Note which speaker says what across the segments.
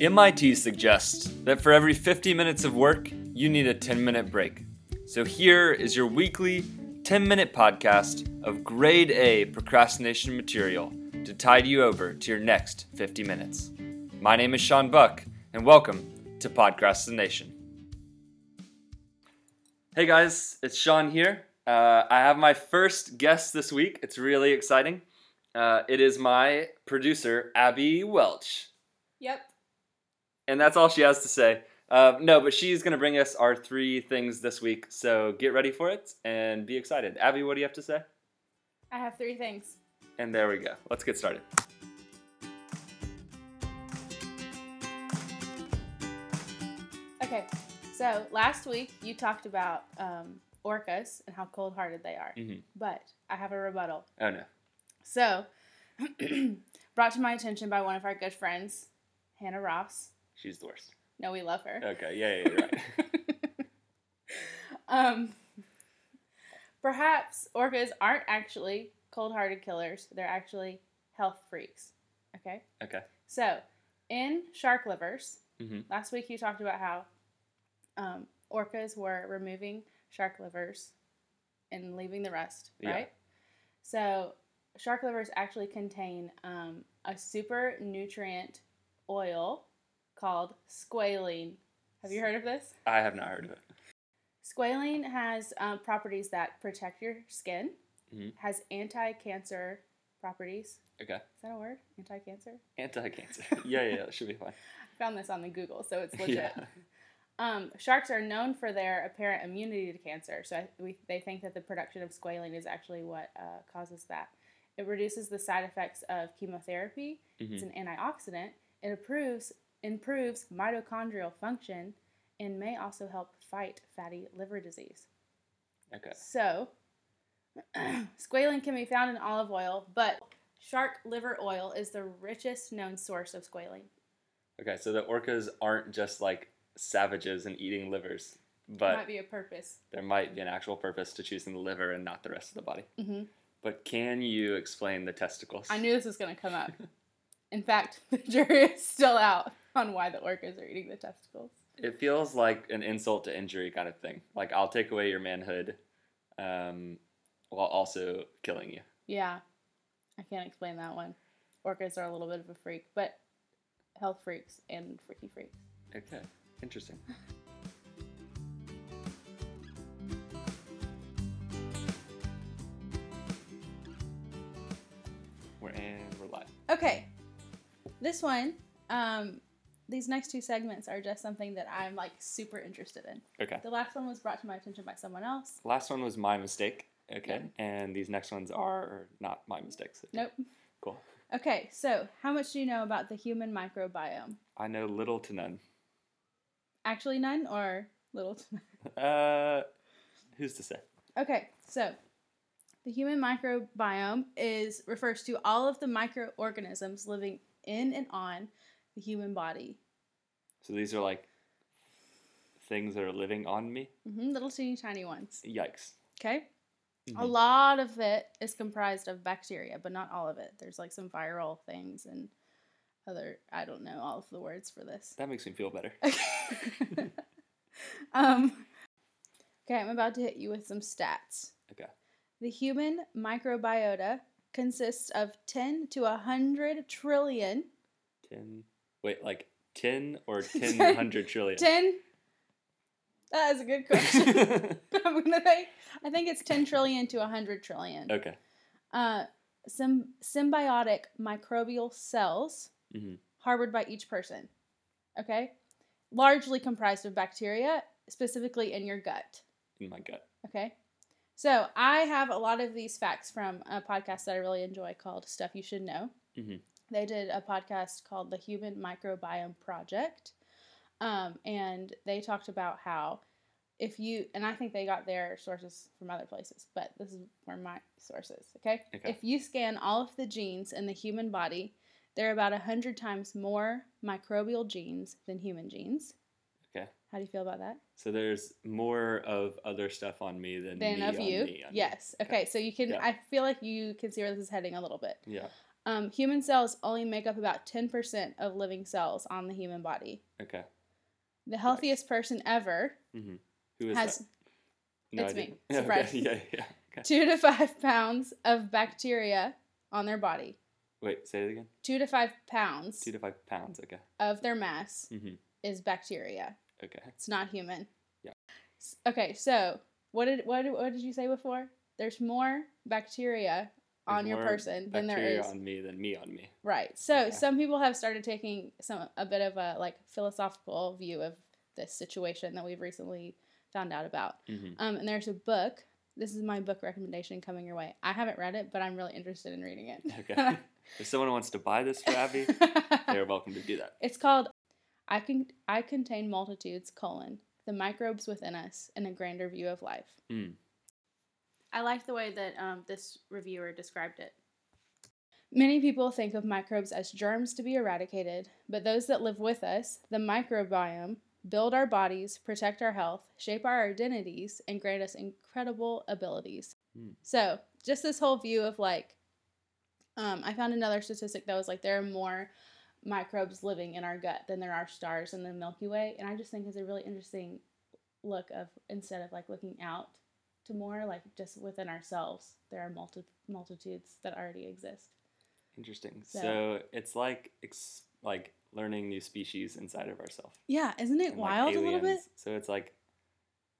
Speaker 1: MIT suggests that for every 50 minutes of work, you need a 10 minute break. So here is your weekly 10 minute podcast of grade A procrastination material to tide you over to your next 50 minutes. My name is Sean Buck, and welcome to Podcrastination. Hey guys, it's Sean here. Uh, I have my first guest this week. It's really exciting. Uh, it is my producer, Abby Welch.
Speaker 2: Yep.
Speaker 1: And that's all she has to say. Uh, no, but she's going to bring us our three things this week. So get ready for it and be excited. Abby, what do you have to say?
Speaker 2: I have three things.
Speaker 1: And there we go. Let's get started.
Speaker 2: Okay. So last week you talked about um, orcas and how cold hearted they are.
Speaker 1: Mhm.
Speaker 2: But I have a rebuttal.
Speaker 1: Oh no.
Speaker 2: So, brought to my attention by one of our good friends, Hannah Ross.
Speaker 1: She's the worst.
Speaker 2: No, we love her.
Speaker 1: Okay. Yeah, yeah, yeah, right.
Speaker 2: Um, perhaps orcas aren't actually cold hearted killers, they're actually health freaks. Okay?
Speaker 1: Okay.
Speaker 2: So, in Shark Livers,
Speaker 1: Mhm.
Speaker 2: last week you talked about how um, orcas were removing shark livers and leaving the rest,
Speaker 1: Yeah.
Speaker 2: right? So, shark livers actually contain um, a super nutrient oil called squalene. Have you heard of this?
Speaker 1: I have not heard of it.
Speaker 2: Squalene has um, properties that protect your skin,
Speaker 1: Mhm.
Speaker 2: has anti cancer properties.
Speaker 1: Okay.
Speaker 2: Is that a word? Anti cancer?
Speaker 1: Anti-cancer. yeah, yeah, yeah. That should be fine.
Speaker 2: I found this on the Google, so it's legit.
Speaker 1: Yeah.
Speaker 2: Um, sharks are known for their apparent immunity to cancer, so I, we, they think that the production of squalene is actually what uh, causes that. It reduces the side effects of chemotherapy.
Speaker 1: Mhm.
Speaker 2: It's an antioxidant. It improves improves mitochondrial function, and may also help fight fatty liver disease.
Speaker 1: Okay.
Speaker 2: So, squalene can be found in olive oil, but shark liver oil is the richest known source of squalene.
Speaker 1: Okay. So the orcas aren't just like savages and eating livers,
Speaker 2: That
Speaker 1: but
Speaker 2: might be a purpose.
Speaker 1: there might be an actual purpose to choosing the liver and not the rest of the body.
Speaker 2: hmm
Speaker 1: But can you explain the testicles?
Speaker 2: I knew this was going to come up. In fact, the jury is still out on why the orcas are eating the testicles.
Speaker 1: It feels like an insult to injury kind of thing. Like I'll take away your manhood, um, while also killing you.
Speaker 2: Yeah, I can't explain that one. Orcas are a little bit of a freak, but health freaks and freaky freaks.
Speaker 1: Okay. Interesting. we're in. We're live.
Speaker 2: Okay. This one, um, these next two segments are just something that I'm like super interested in.
Speaker 1: Okay.
Speaker 2: The last one was brought to my attention by someone else.
Speaker 1: Last one was my mistake. Okay. And these next ones are not my mistakes. Okay.
Speaker 2: Nope.
Speaker 1: Cool.
Speaker 2: Okay, so how much do you know about the human microbiome?
Speaker 1: I know little to none.
Speaker 2: Actually, none or little to none?
Speaker 1: Uh, who's to say?
Speaker 2: Okay, so the human microbiome is refers to all of the microorganisms living in and on the human body.
Speaker 1: So these are like things that are living on me.
Speaker 2: hmm little teeny tiny ones.
Speaker 1: Yikes.
Speaker 2: Okay? A
Speaker 1: Mhm.
Speaker 2: lot of it is comprised of bacteria, but not all of it. There's like some viral things and other, I don't know all of the words for this.
Speaker 1: That makes me feel better.
Speaker 2: Uh, Okay. um, okay, I'm about to hit you with some stats.
Speaker 1: Okay.
Speaker 2: The human microbiota consists of 10 to 100 trillion,
Speaker 1: Ten. Wait, like ten or ten
Speaker 2: Ten.
Speaker 1: hundred trillion?
Speaker 2: 10 That is a good question.
Speaker 1: okay.
Speaker 2: I'm gonna think, I think it's 10 trillion to 100 trillion. Uh, some symbiotic microbial cells
Speaker 1: Mhm.
Speaker 2: harbored by each person. Okay? Largely comprised of bacteria, specifically in your gut.
Speaker 1: In my gut.
Speaker 2: Okay. So I have a lot of these facts from a podcast that I really enjoy called Stuff You Should Know.
Speaker 1: Mhm.
Speaker 2: They did a podcast called The Human Microbiome Project. Um, and they talked about how if you, and I think they got their sources from other places, but this is where my sources, okay?
Speaker 1: Okay.
Speaker 2: If you scan all of the genes in the human body, there are about 100 times more microbial genes than human genes.
Speaker 1: Okay.
Speaker 2: How do you feel about that?
Speaker 1: So there's more of other stuff on me than,
Speaker 2: than
Speaker 1: me
Speaker 2: of
Speaker 1: on
Speaker 2: you.
Speaker 1: me on me.
Speaker 2: yes. Okay. So you can.
Speaker 1: Yeah.
Speaker 2: I feel like you can see where this is heading a little bit.
Speaker 1: Yeah.
Speaker 2: Um, human cells only make up about 10% of living cells on the human body.
Speaker 1: Okay.
Speaker 2: The healthiest person ever
Speaker 1: Who is
Speaker 2: has
Speaker 1: that? No,
Speaker 2: it's
Speaker 1: I
Speaker 2: me.
Speaker 1: didn't. Yeah,
Speaker 2: Surprise.
Speaker 1: Okay. Yeah, yeah. Okay.
Speaker 2: two to five pounds of bacteria on their body.
Speaker 1: Wait, say it again.
Speaker 2: Two to five pounds
Speaker 1: Two to five pounds. Okay.
Speaker 2: of their mass
Speaker 1: Mhm.
Speaker 2: is bacteria.
Speaker 1: Okay.
Speaker 2: It's not human.
Speaker 1: Yeah.
Speaker 2: S- Okay, so what did what, did- what did you say before? There's more bacteria on
Speaker 1: There's
Speaker 2: your
Speaker 1: more
Speaker 2: person than there
Speaker 1: Bacteria
Speaker 2: is
Speaker 1: on me than me on me.
Speaker 2: Right. So
Speaker 1: Yeah.
Speaker 2: some people have started taking some a bit of a like philosophical view of this situation that we've recently found out about.
Speaker 1: hmm
Speaker 2: Um, and there's a book. This is my book recommendation coming your way. I haven't read it, but I'm really interested in reading it.
Speaker 1: Okay. if someone wants to buy this for Abby, they're welcome to do that.
Speaker 2: it's called "I Can I Contain Multitudes: colon, The Microbes Within Us and a Grander View of Life."
Speaker 1: Mm.
Speaker 2: I like the way that um, this reviewer described it. Many people think of microbes as germs to be eradicated, but those that live with us, the microbiome, build our bodies, protect our health, shape our identities, and grant us incredible abilities.
Speaker 1: Hmm.
Speaker 2: So, just this whole view of like, um, I found another statistic that was like there are more microbes living in our gut than there are stars in the Milky Way, and I just think it's a really interesting look of instead of like looking out to more like just within ourselves there are multi- multitudes that already exist
Speaker 1: Interesting. So,
Speaker 2: So-
Speaker 1: it's like ex- like learning new species inside of ourselves.
Speaker 2: yeah isn't it
Speaker 1: and, like,
Speaker 2: wild a little bit
Speaker 1: aliens. So it's like,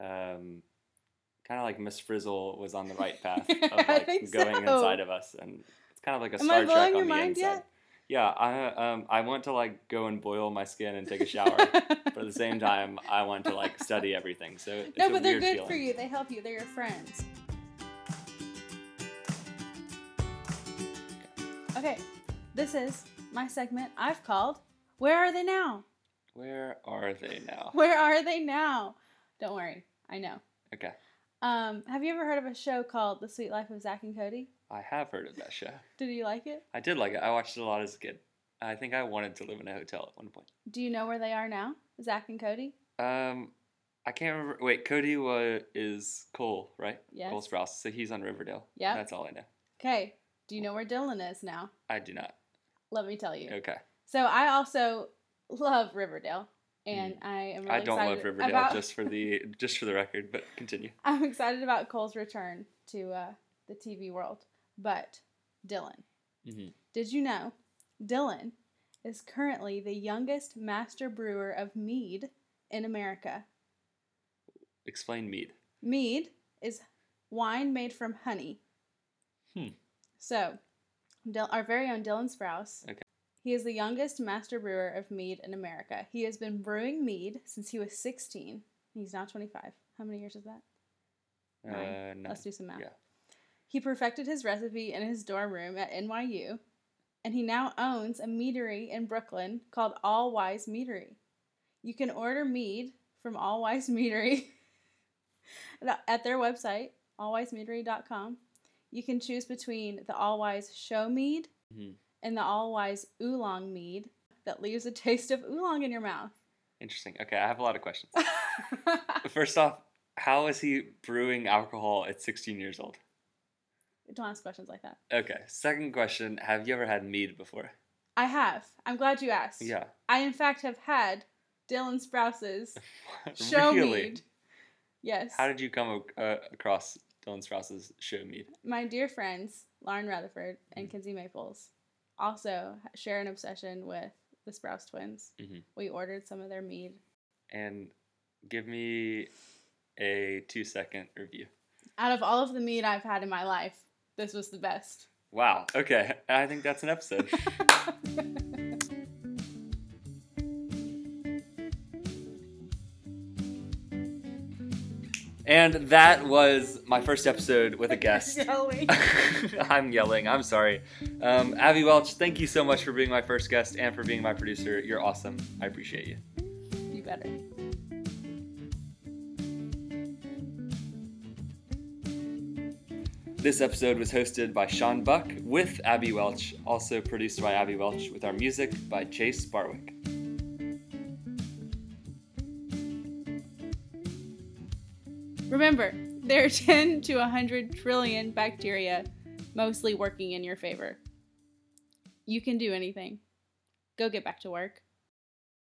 Speaker 1: um, kind of like Miss Frizzle was on the right path of
Speaker 2: I
Speaker 1: like
Speaker 2: think
Speaker 1: going
Speaker 2: so.
Speaker 1: inside of us, and it's kind of like a
Speaker 2: Am I
Speaker 1: Star Trek
Speaker 2: blowing
Speaker 1: on
Speaker 2: your
Speaker 1: the
Speaker 2: mind
Speaker 1: inside.
Speaker 2: yet?
Speaker 1: Yeah, I um I want to like go and boil my skin and take a shower, but at the same time I want to like study everything. So it's
Speaker 2: no
Speaker 1: a
Speaker 2: but they're
Speaker 1: weird
Speaker 2: good
Speaker 1: feeling.
Speaker 2: for you they help you they're your friends okay this is my segment i've called where are they now
Speaker 1: Where are they now?
Speaker 2: where are they now don't worry i know
Speaker 1: Okay,
Speaker 2: um, have you ever heard of a show called the sweet life of zach and cody
Speaker 1: I have heard of that show.
Speaker 2: did you like it
Speaker 1: I did like it. I watched it a lot as a kid. I think I wanted to live in a hotel at one point.
Speaker 2: do you know where they are now zach and cody
Speaker 1: Um, I can't remember. Wait, Cody was is Cole, right?
Speaker 2: yes
Speaker 1: Cole Sprouse. So he's on Riverdale.
Speaker 2: Yep.
Speaker 1: That's all I know.
Speaker 2: Okay. Do you know where Dylan is now?
Speaker 1: I do not.
Speaker 2: Let me tell you.
Speaker 1: Okay.
Speaker 2: So I also love Riverdale, and I am. Really
Speaker 1: Mm. I don't
Speaker 2: excited
Speaker 1: love Riverdale
Speaker 2: About,
Speaker 1: just for the just for the record, but continue.
Speaker 2: I'm excited about Cole's return to uh, the TV world, but Dylan.
Speaker 1: Mhm.
Speaker 2: Did you know Dylan is currently the youngest master brewer of mead in America?
Speaker 1: Explain mead.
Speaker 2: Mead is wine made from honey.
Speaker 1: Hmm.
Speaker 2: So, Dil- our very own Dylan Sprouse.
Speaker 1: Okay.
Speaker 2: He is the youngest master brewer of mead in America. He has been brewing mead since he was 16. He's now 25. How many years is that?
Speaker 1: Uh,
Speaker 2: Nine.
Speaker 1: no.
Speaker 2: Let's do some math.
Speaker 1: Yeah.
Speaker 2: He perfected his recipe in his dorm room at NYU, and he now owns a meadery in Brooklyn called All Wise Meadery. You can order mead from All Wise Meadery at their website, allwisemeadery.com. You can choose between the All Wise Show Mead
Speaker 1: Mhm.
Speaker 2: and the All Wise Oolong Mead that leaves a taste of oolong in your mouth.
Speaker 1: Interesting. Okay, I have a lot of questions. First off, how is he brewing alcohol at 16 years old?
Speaker 2: Don't ask questions like that.
Speaker 1: Okay. Second question: Have you ever had mead before?
Speaker 2: I have. I'm glad you asked.
Speaker 1: Yeah.
Speaker 2: I, in fact, have had Dylan Sprouse's Show
Speaker 1: really?
Speaker 2: mead. Yes.
Speaker 1: How did you come ac- uh, across Dylan Sprouse's show mead?
Speaker 2: My dear friends, Lauren Rutherford and Kinsey Maples, also share an obsession with the Sprouse twins.
Speaker 1: Mhm.
Speaker 2: We ordered some of their mead.
Speaker 1: and give me a two second review.
Speaker 2: Out of all of the mead I've had in my life, this was the best.
Speaker 1: Wow. Okay. I think that's an episode. and that was my first episode with a guest.
Speaker 2: Yelling.
Speaker 1: I'm yelling. I'm sorry. Um, Abby Welch, thank you so much for being my first guest and for being my producer. You're awesome. I appreciate you.
Speaker 2: you better.
Speaker 1: This episode was hosted by Sean Buck with Abby Welch, also produced by Abby Welch, with our music by Chase Barwick.
Speaker 2: Remember, there are 10 to 100 trillion bacteria, mostly working in your favor. You can do anything. Go get back to work.